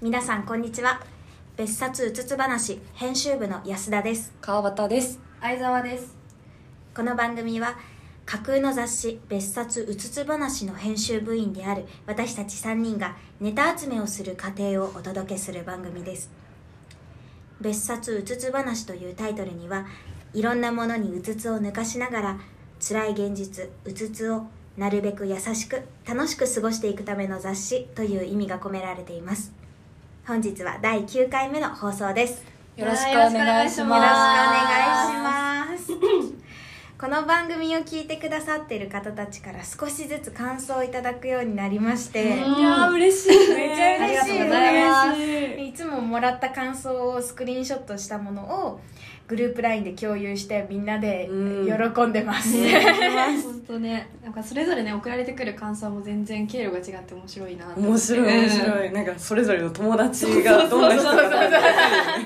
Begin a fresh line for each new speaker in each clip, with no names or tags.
皆さんこんにちは別冊うつつ話編集部の安田です
川端です
相沢です
この番組は架空の雑誌「別冊うつつ話」の編集部員である私たち3人がネタ集めをする過程をお届けする番組です「別冊うつつ話」というタイトルにはいろんなものにうつつを抜かしながら辛い現実うつつをなるべく優しく楽しく過ごしていくための雑誌という意味が込められています本日は第9回目の放送です
よろしくお
よろし
願いします
くお
よろしくお
願
願いしますこの番組を聞いてくださっている方たちから少しずつ感想をいただくようになりまして
いやー嬉しいね
めちゃ嬉しい
ありがとうご
ざいつももらった感想をスクリーンショットしたものをグループ LINE で共有してみんなで
うん
喜んでます、
本当ねなんかそれぞれね送られてくる感想も全然経路が違って面白いなって
面白い面
い、
白いなんかそれぞれの友達がどんな人か
そうそう
な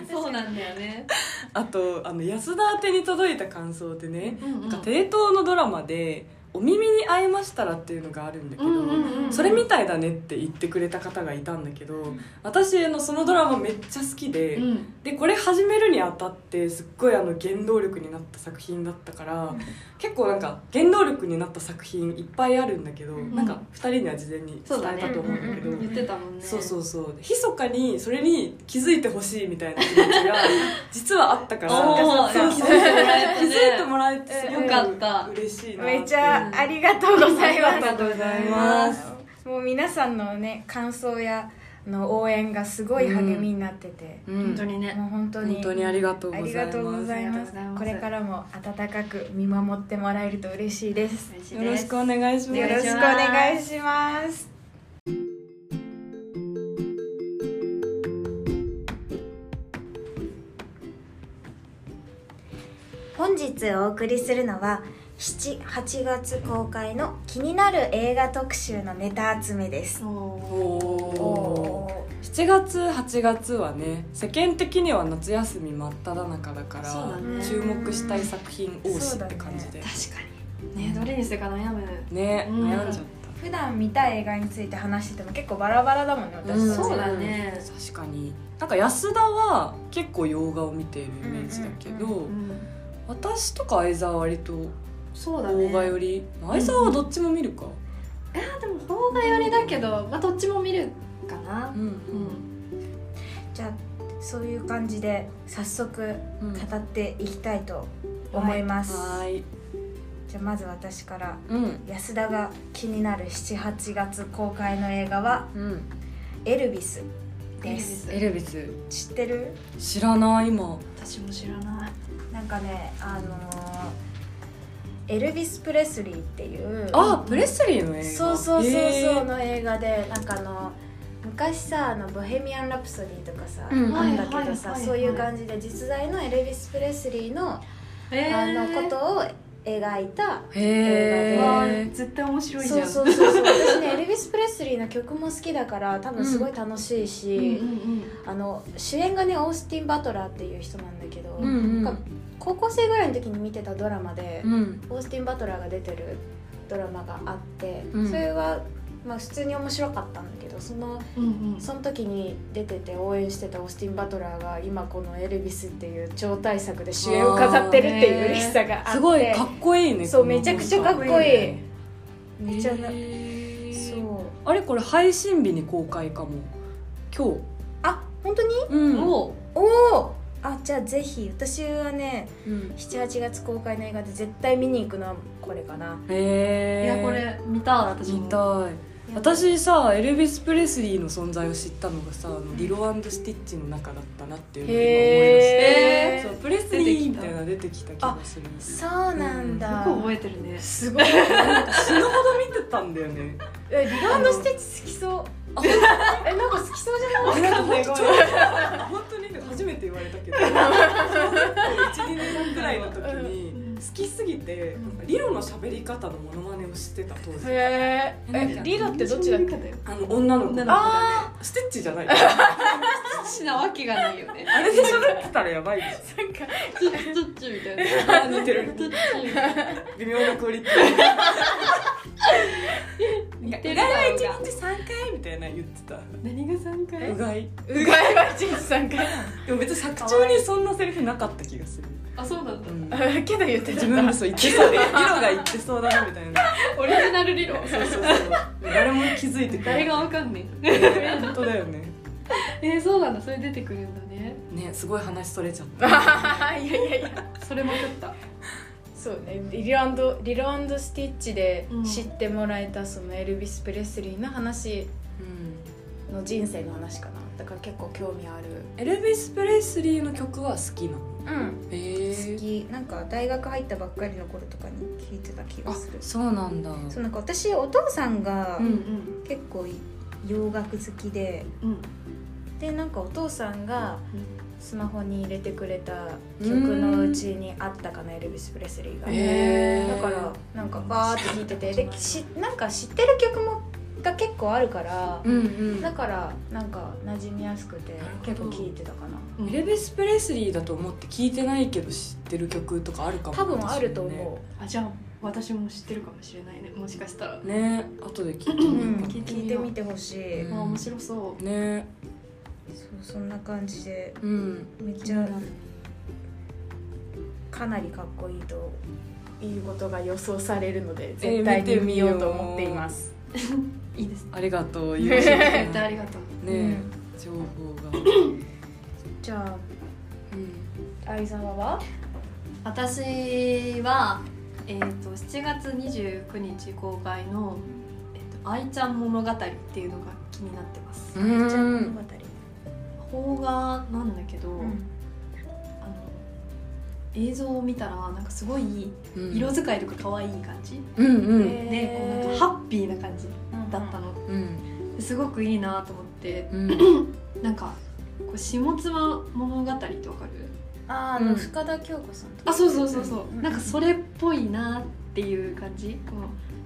うんそうなんだよね
あとあの安田宛てに届いた感想でね、
うんうん
なんか帝東のドラマで「お耳に合いましたら」っていうのがあるんだけど、
うんうんうんうん
それみたいだねって言ってくれた方がいたんだけど、私あのそのドラマめっちゃ好きで、
うん
でこれ始めるにあたってすっごいあの原動力になった作品だったから、結構なんか原動力になった作品いっぱいあるんだけど、
ん
なんか2人には事前に伝えたと思うんだけど。
そうだね
言ってたもんね
そうそうそう密かにそれに気づいてほしいみたいな気持ちが実はあったから
おー
そうそう
いや気づいてもらえたね
気づいてもらえてすご
よ
い
かった
嬉しい な
めちゃありがとうございます、
ありがとうございます
もう皆さんのね感想やあの応援がすごい励みになってて、
うん
本当にね
もう本当に
本当にありがとうございます
ありがとうございます
ありがとうございます
これからも温かく見守ってもらえると嬉しいです
嬉しい
よろ
で
し
す
くお願いします
よろしくお願いします本日お送りするのは78月公開の気になる映画特集のネタ集めです
おー7月8月はね世間的には夏休み真っ只中だから
そうだね
注目したい作品多しって感じで
確かにねどれにするか悩む
ね
うん
悩んじゃっ
普段見たい映画について話してても結構バラバラだもんね
た、
私たち、
そうだね
確かになんか安田は結構洋画を見ているイメージだけど、
うんう
うん
私とか相沢は割と
そうだね
邦画より、相沢はどっちも見るか、
でも邦画寄りだけど、まあ、どっちも見るかな
うん
うん
じゃあそういう感じで早速
うん
語っていきたいと思います、
はーい、
じゃあまず私から
うん
安田が気になる78月公開の映画は
うん、
「エルビス」です
エルビス
知ってる
知らない今
私も知らない
なんかねあのーエルビス・プレスリーっていう
あプレスリーの映画
そうそうそうそう、
へー
の映画でなんかあの昔さあの「ボヘミアン・ラプソディ」とかさ、
うん
あんだけどさ、
はいはいはいはい
そういう感じで実在のエルビス・プレスリーの,、
え
あのことを描いた
へ
わあ
え
絶対面白いじ
そ
ゃ
うんそうそうそう私ねエルビス・プレスリーの曲も好きだから多分すごい楽しいし、
うんうん
あの主演がねオースティン・バトラーっていう人なんだけど、
うんうん
なんか高校生ぐらいの時に見てたドラマで、
うん
オースティン・バトラーが出てるドラマがあって、
うん
それは、まあ、普通に面白かったんだけどその
うんうんうん
その時に出てて応援してたオースティン・バトラーが今この「エルビス」っていう超大作で主演を飾ってるっていう嬉しさがあって
すごいかっこいいね
そう
この
めちゃくちゃかっこいい
ね
めちゃな、
へー
そう
あれこれ配信日に公開かも今
あ本当に
日うん
おう
おおあじゃあぜひ私はね
うん
78月公開の映画で絶対見に行くのはこれかな
へ
い
え
やこれ見た私も
見たい私さエルビス・プレスリーの存在を知ったのがさあのリロスティッチの中だったなっていうのを今思い出
へえ
してそうプレスリーみたいなの出てきた気がする
そうなんだ、
よく覚えてるね
すごいなんか死ぬほど見てたんだよね
えリランドステッチ好きそう
あ
えなんか好きそうじゃ
あ
ない
なんか本当に本当にね初めて言われたけど12年ぐらいの時に好きすぎてリロの喋り方のモノマネをしてた当時
へえリラってどっちだっけ
あの女の子
女の子
あ
スティッチじゃ ない
父なわけがないよね
あれで喋ってたらやばいです
ーなんか
ちょっとっちみたいな
似てる
ちょっちみたいな
微妙なクオリティ
似て
う
るだ
がい
ろ
は一
うが
日三回みたいな言ってた
何が三回
うがいう
がいは一日三 回
でも別に作中にそんなセリフなかった気がする
あそうなんだ、
うん
けど言って
自
た
分でそう言ってそうで色が言ってそうだなみたいな
オリジナル理論
そうそうそう誰も気づいてくれな
誰
い
がわかんねえ
本当だよね
えー、そうなんだそれ出てくるんだね
ねすごい話それちゃった
いやいやいや
それも食った
そうねリロアンドリロアンドスティッチで
うん
知ってもらえたそのエルビス・プレスリーの話
うん
の人生の話かなだから結構興味ある
エルビス・プレスリーの曲は好きなの
うん
へ
好
え
きなんか大学入ったばっかりの頃とかに聞いてた気が
あ
する
そうなんだ
そうなんか私お父さんが
うん
結構洋楽好きで
うんうん
でなんかお父さんが
うん
スマホに入れてくれた
うん
曲のうちにあったかなエルビス・プレスリーが、
へー
だからなんかバーって聴いててでしなんか知ってる曲もが結構あるから、
うんうん
だからなんか馴染みやすくて
なるほど
結構聴いてたかな
エルビス・プレスリーだと思って聞いてないけど知ってる曲とかあるかも
多分あると思
あじゃあ私も知ってるかもしれないねもしかしたら、
うね後で聞いて
う
みよう
ん
か
聞
聞
い
いて
て
みよう
みてほしい、
うん
あ面白そ
なね
そうそんな感じで
うん
めっ
う
ちゃ
かなりかっこいいということが予想されるので
えー
絶対に見ようと思っています、
いいですね
ありがとう言
絶
ね
対ありが とう
ね情報が
じゃ
うん
あ相沢は
私は、えー、と7月29日公開の「えー、と愛ちゃん物語」っていうのが気になってます
うん
じゃあ物語
邦画なんだけど、
うん
あの映像を見たらなんかすごい色使いとか可愛い感じ、
うんうん
へ
でこうなんかハッピーな感じだったの、
うん
すごくいいなと思って
うん
なんかこう下妻物語ってわかる
あーあ
う
の
ん
深田恭子さんとか
あそうそうそうそう、
うん
なんかそれっぽいなっていう感じこう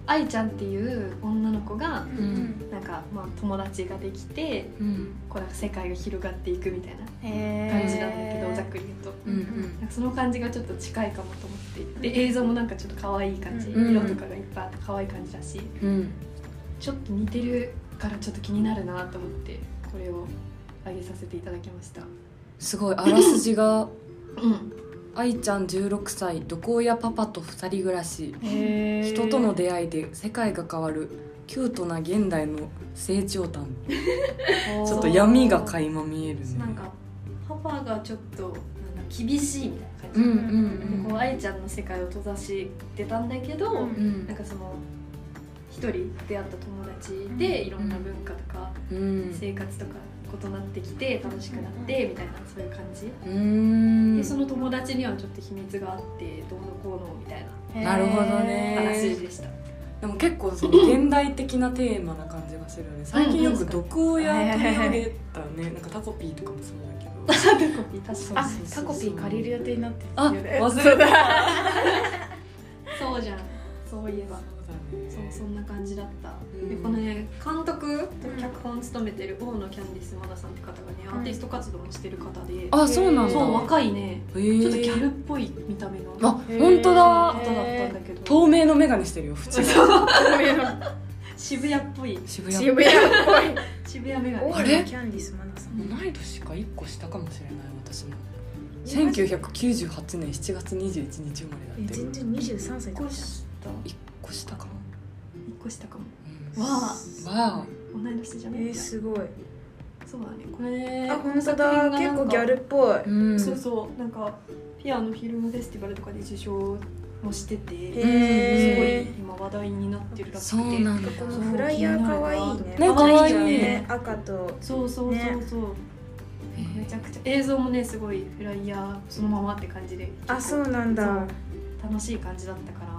愛ちゃんっていう女の子が
うん
なんかまあ友達ができて
うん
こうなんか世界が広がっていくみたいな
へー
感じなんだけどざっくり言うと。
うんうん
なんかその感じがちょっと近いかもと思っていてで映像もなんかちょっと可愛い感じ、
うん
色とかがいっぱいあって可愛い感じだし
うん
ちょっと似てるからちょっと気になるなと思ってこれを上げさせていただきました
すごいあらすじが
うん
愛ちゃん16歳毒親パパと2人暮らし
へー
人との出会いで世界が変わるキュートな現代の成長譚ちょっと闇が垣間見えるね
なんかパパがちょっとなんか厳しいみたいな感
う
じ、
んうん
でこう愛ちゃんの世界を閉ざしてたんだけど、
うん
うんうん
なんかその一人出会った友達でいろんな文化とか
うん
生活とか異なってきて楽しくなってみたいなそういう感じ、
うん
でその友達にはちょっと秘密があってどうのこうのみたいな
なるほどねへー
話でした、
でも結構その現代的なテーマな感じがするよね最近よく毒親取り上げたねなんかタコピーとかもそうだけど
タコピー確か
あ
そうそ
タ
うそう
コピー借りる予定になって
あ
よね
忘れた
にそうじゃんそういえばそうそんな感じだった、で
うん
このね監督
うん
脚本を務めてる大野キャンディス・マダさんって方がねア
ん
ーティスト活動もしてる方で、
あそうなんだ
そう若いね
へー
ちょっとギャルっぽい見た目の
あ
方
本当だ
だったんだけど
透明の眼鏡してるよ普通
渋谷っぽ い
渋
渋
谷
谷っ
渋谷メガ
ぽい
ネ
あれ
キャンディスマナさん
同い年か一個下かもしれない私も1998年7月21日生ま
え
れだって
全然23歳
一
と
個
かじゃん
下
一個下かも、
一個下かも
うん、
わ
わあ
あ同い年じゃ
え
ない、
ー、すごい
そうだねこれ
あ本当だ
作品
結
がなんか
構ギャルっぽい
うん
そうそうなんかフィアのフィルムフェスティバルとかで受賞もしててすごい
へえ
今話題になってるらし
そ
く
う
て
なんだ
このフライヤーかわいいね
ね
可愛
可愛い
ね赤と
そうそうそうそう、めちゃくちゃ映像もねすごいフライヤーそのままって感じで
あ
結
そ
構
うなんだ
楽しい感じだったから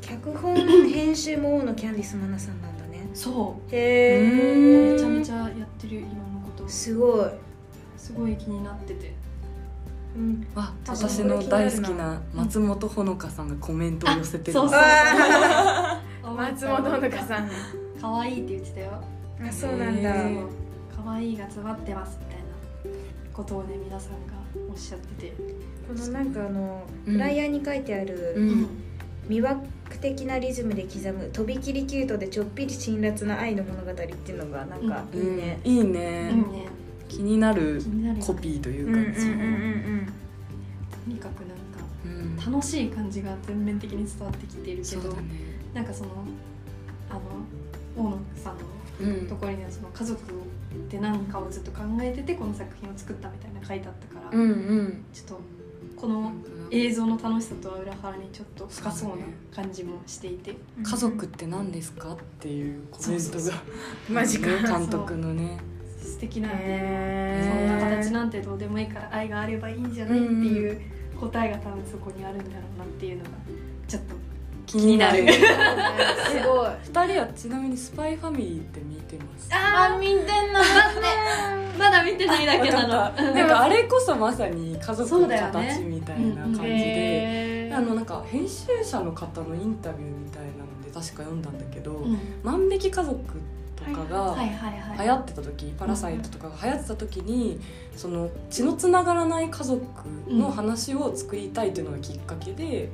脚本編集も大野キャンディスマナさんなんだね
そう
へ
う
め
え
ちゃめちゃやってる今のこと
すごい、
すごい気になってて
うん、
あ
あ
私の大好きな松本穂香さんがコメントを寄せてる
そうそう
わ
松
松本穂香さん
可愛いって言ってたよ
あそうなんだ
へ
そう
ー
可愛いが詰まってますみたいなことをね皆さんがおっしゃってて
このなんかあの
うん
フライヤーに書いてある
うん
う
魅惑
ク的なリズムで刻むとびきりキュートでちょっぴり辛辣な愛の物語っていうのがなんかいいね、
うんいいね
いいね
気になる
気になるよね
コピーといううか、
ん
とにかくなんか
うん
楽しい感じが全面的に伝わってきているけ
そう
ど
だね、
なんかそのあの大野さんの
うん
ところにはその家族って何かをずっと考えててこの作品を作ったみたいな書いてあったから、
うんうん
ちょっとこの映像の楽しさとは裏腹にちょっと深そうな感じもしていて、
うん
家族って何ですかっていうコメン
そ
ト
うそう
が
マジか
ね 監督のね
素敵なんで、
へ
そんな
ー
形なんてどうでもいいから愛があればいいんじゃないっていう答えが多分そこにあるんだろうなっていうのがちょっと
気になる
すごい
二人はちなみに「スパイファミリーって見てます
あ見てんの
ま だ見てないだけな
わか
の。
ったなんかあれこそまさに家族
そ
の
うだよね
形みたいな感じで、
へー
あのなんか編集者の方のインタビューみたいなので確か読んだんだけど「
うん
万引き家族」とかが
はいはいはい。
流行ってた時「パラサイト」とかが流行ってた時にその血のつながらない家族の話を作りたいっていうのがきっかけで、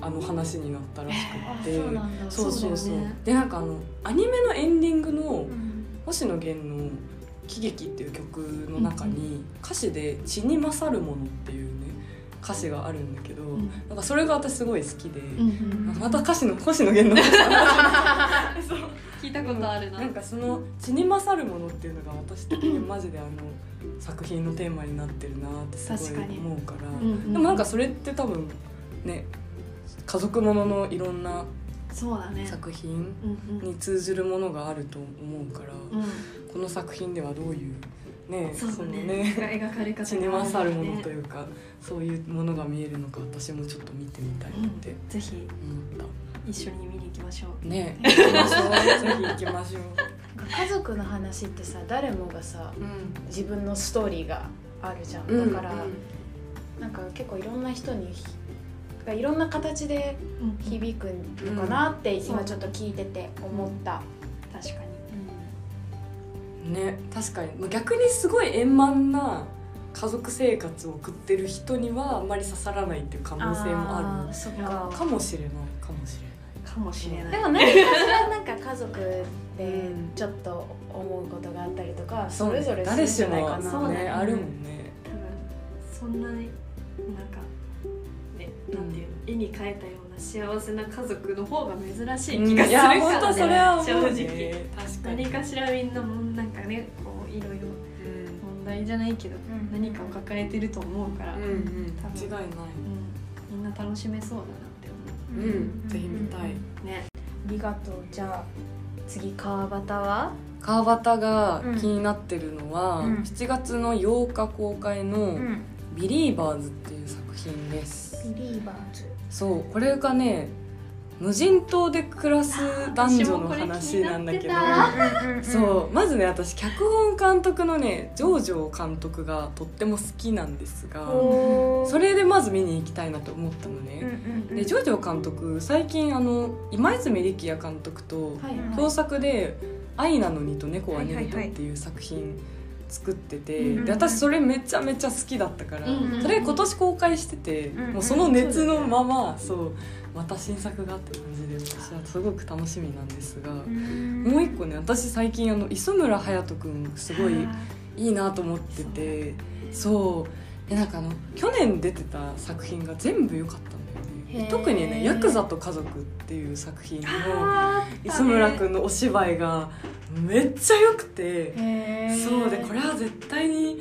あの話になったらしくて。
んだ
そうそう
そ
そうう、
だよね
でなんかあのアニメのエンディングの
うん
星野源の「喜劇」っていう曲の中に歌詞で「血に勝るもの」っていうね歌詞があるんだけど、
ん
なんかそれが私すごい好きで、
うんうん
また歌詞の星野源の 歌詞
聞いたことあるな。
なんかその「血に勝るもの」っていうのが私的にマジであの作品のテーマになってるなってすごい
確かに
思うから
うんうん
でもなんかそれって多分ね家族もののいろんな
そうだね。
作品
うん
に通ずるものがあると思うから、
うんうん。
この作品ではどういうね
そうだ
の
ね。描かれ方
血に勝るものと
う。
いうかそういうものが見えるのか私もちょっと見てみたいなって
ん、ぜひ
思っ
一緒に見に行きましょう。
たね行きましょうぜひ行きましょう、
家族の話ってさ誰もがさ自分のストーリーがあるじゃん、だから、なんか結構いろんな人にひがいろんな形で
うん日
響くのかなって
ん
今ちょっと聞いてて思った、
々確かに。
ね確かにまあ逆にすごい円満な家族生活を送ってる人にはあんまり刺さらないっていう可能性もあ
ーそっ
いや
か
るかもしれないかもしれない
かもしれない。
でも何かしらなんか家族で
うん
ちょっと思うことがあったりとか、
そ
そうれぞれする
誰
んじ
し
ゃないか
も
な
そうだ
ね
ね
あるもんね
多分そんなになんか。ね、なんていうの、絵に描いたような幸せな家族の方が珍しい気がする
いや
か
本
ら
当それは
正
思うね
直
確かに
何かしらみんなもんなんかねこういろいろ問題じゃないけど
うん
何かを抱えてると思うから、
う
うん
んうん
多分
間違いない
みんな楽しめそうだなって思
うん、ぜひ見たい、
うね
ありがとうじゃあ次川端は
川端が
うん
気になってるのは、
うん
7月の8日公開の
うん
「ビリーバーズ」っていう作品です、
ビリーバーズ
そうこれがね無人島で暮らす男女の
私
話
もこれ気になってた
なんだけど
うんうん
そうまずね私脚本監督のねジョージョー監督がとっても好きなんですが
お
それでまず見に行きたいなと思ったの
うんう
ね、
んうん
でジョージョー監督最近あの今泉力也監督と
はい
うん
共作で「愛なのに」と「猫は寝ると」
はいはいはい
っていう作品作ってて、
うんうん
で私それめちゃめちゃ好きだったから、
うん
それ今年公開してて、
んうん
もうその熱のままそうまた新作がって感じで私はすごく楽しみなんですが、
うん
もう一個ね私最近あの磯村勇斗君すごいいいなと思っててそうでなんかあの去年出てた作品が全部良かったんだよね
へー
特にね「ヤクザと家族」っていう作品の
あー
磯村君のお芝居がめっちゃ良くて
へー
そうでこれは絶対に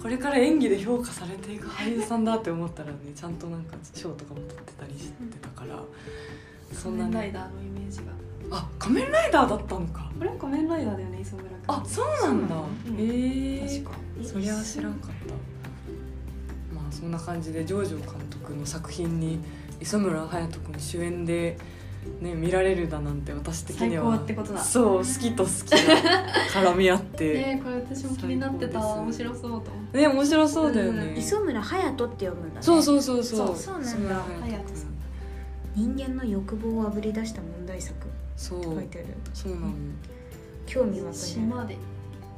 これから演技で評価されていく俳優さんだって思ったらねちゃんとなんか賞とかも取ってたりしてたからそ
仮
んな
面ラ
ね
イダーのイメージが
あ仮面ライダーだったのか
これ仮面ライダーだよね磯村君
あそうなんだ
うん
えー
確か
そりゃ知らんかったまあそんな感じでジョージョ監督の作品に磯村勇斗君主演で、ね、見られるだなんて私的には
最高ってことだ
そう好きと好きが絡み合っ て
ねこれ私も気になってた
最高
面
です
白そうと思って
ね面白そうだよね、
うん
磯村隼人って読むんだね
そうそうそうそう
そうそうなんだ
磯村勇斗君
人間の欲望をあぶり出した問題作って
そう
書いてある
そうなの
興味湧くね
島で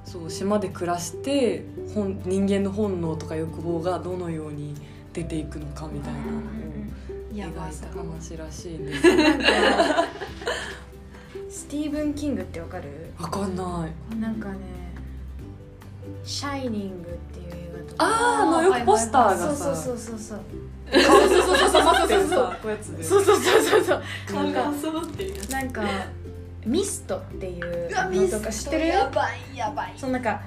そう島で暮らして本人間の本能とか欲望がどのように出ていくのかみたいなのを
うんうん
いや
描い
まあそ
た
こも
話らしいです
なんかスティーブン・キングってわかる
わかんない
なんかね「シャイニング」っていう映画とか
あーあのよくポスターが
そうそう
さ
そうそうそう
そうそうそうそうそうそうそう
そう
こうやつで
そうそうそうそうそう
顔が揃っている
なんか「ミスト」っていう
うわ
のとか知ってるよ
ばいやばい
そのなんか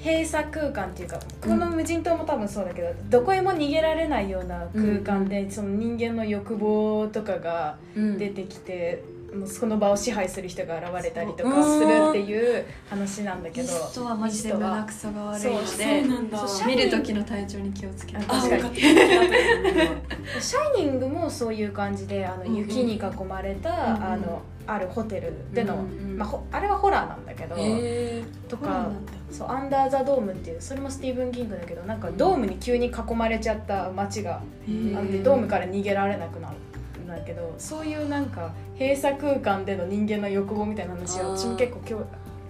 閉鎖空間っていうかこの無人島も多分そうだけど、どこへも逃げられないような空間で、その人間の欲望とかが
うん
出てきて、もうその場を支配する人が現れたりと
そう
かするっていう話なんだけ
ミ
ど
ストはマジで胸くそが悪い
そう
の
そ
で
うなんだ
そう見る時の体調に気をつけて
あ確かに
あよ か
「
っ
シャイニング」もそういう感じであの
うんうん
雪に囲まれた、
うん
あのあるホテルでの、
うんうん
まあ、ほあれはホラーなんだけど、
たへ
と
ホラー
か
なんだ
そう「アンダー・ザ・ドーム」っていうそれもスティーブン・キングだけどなんかドームに急に囲まれちゃった街が
ー
あってドームから逃げられなくなるんだけどそういうなんか閉鎖空間での人間の欲望みたいな話は
あー
私も結構きょ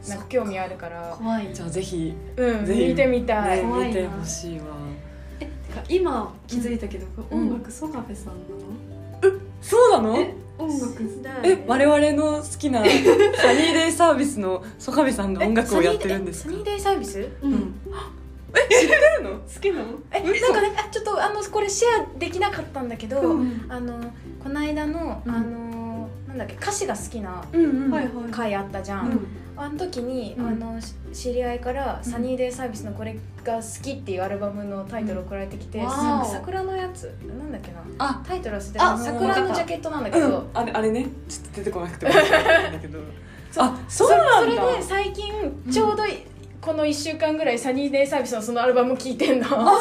なんか興味あるから、
怖い
じゃあぜひ
うん、
ぜひ
見てみたい。
ね
怖いな
見てほしいわ
えてか今気づいたけど、
うん
音楽ソカフェさんな
そうな
の、
の
え音楽
え我々の好きなサニーデイサービスのソカベさんが音楽をやってるんです
え
か
サニーデイサービス
う
うんんえ知ってるの
好きなの
えなんかねあちょっとあのこれシェアできなかったんだけど、
うん
あのこの間の、
うん
あのなんだっけ歌詞が好きな
うんうん
はいはい
回あったじゃん、あの時に、
うん
あのし知り合いから「
うん
サニーデイサービスのこれが好き」っていうアルバムのタイトル送られてきて、
うんわー
なんか桜のやつなんだっけな
あ
タイトル忘れ
あ
たあの桜
わか
の
っ
ジ
た
ャケットなんだけ
う
ど、
んあれあれねちょっと出てこなくて申し訳ないんだけどあそう
そ
なん
れ
だ
で最近ちょうどいこの1週間ぐらいサニーデイサービスのそのアルバム聴いてんのマ
大好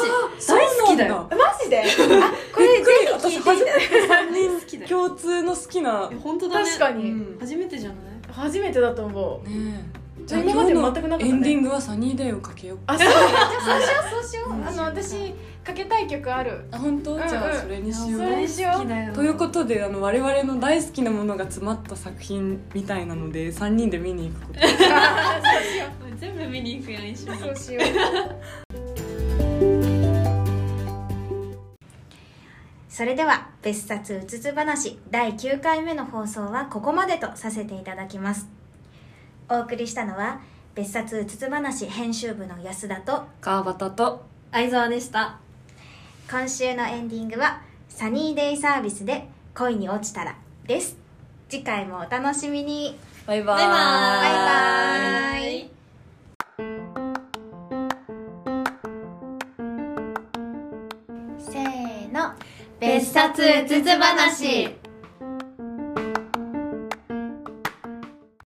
きだ
ジ
よ
マ ジであこれぜひ聴いていただきたい
三人好きだよ
共通の好きな
え本当だね
確かに
うん
初めてじゃない
初めてだと思う
ねえ
じゃあ今まで全くなかったね
エンディングはサニーデイをかけよう
あ そうじゃあそうしようそうしよう
うん
あの私かけたい曲あ る
あ本当
うんうん
じゃあそれにしよ
それ
う
にしよう
大好きだよ
ということであの我々の大好きなものが詰まった作品みたいなので3人で見に行くこと
全部見に行くやん一緒に
そうしよう
それでは「別冊うつつ話」第9回目の放送はここまでとさせていただきますお送りしたのは「別冊うつつ話」編集部の安田と
川端と
相沢でした
今週のエンディングは「サニーデイサービスで恋に落ちたら」です次回もお楽しみに
バイバーイ
バイバーイせーの
別冊うつつ話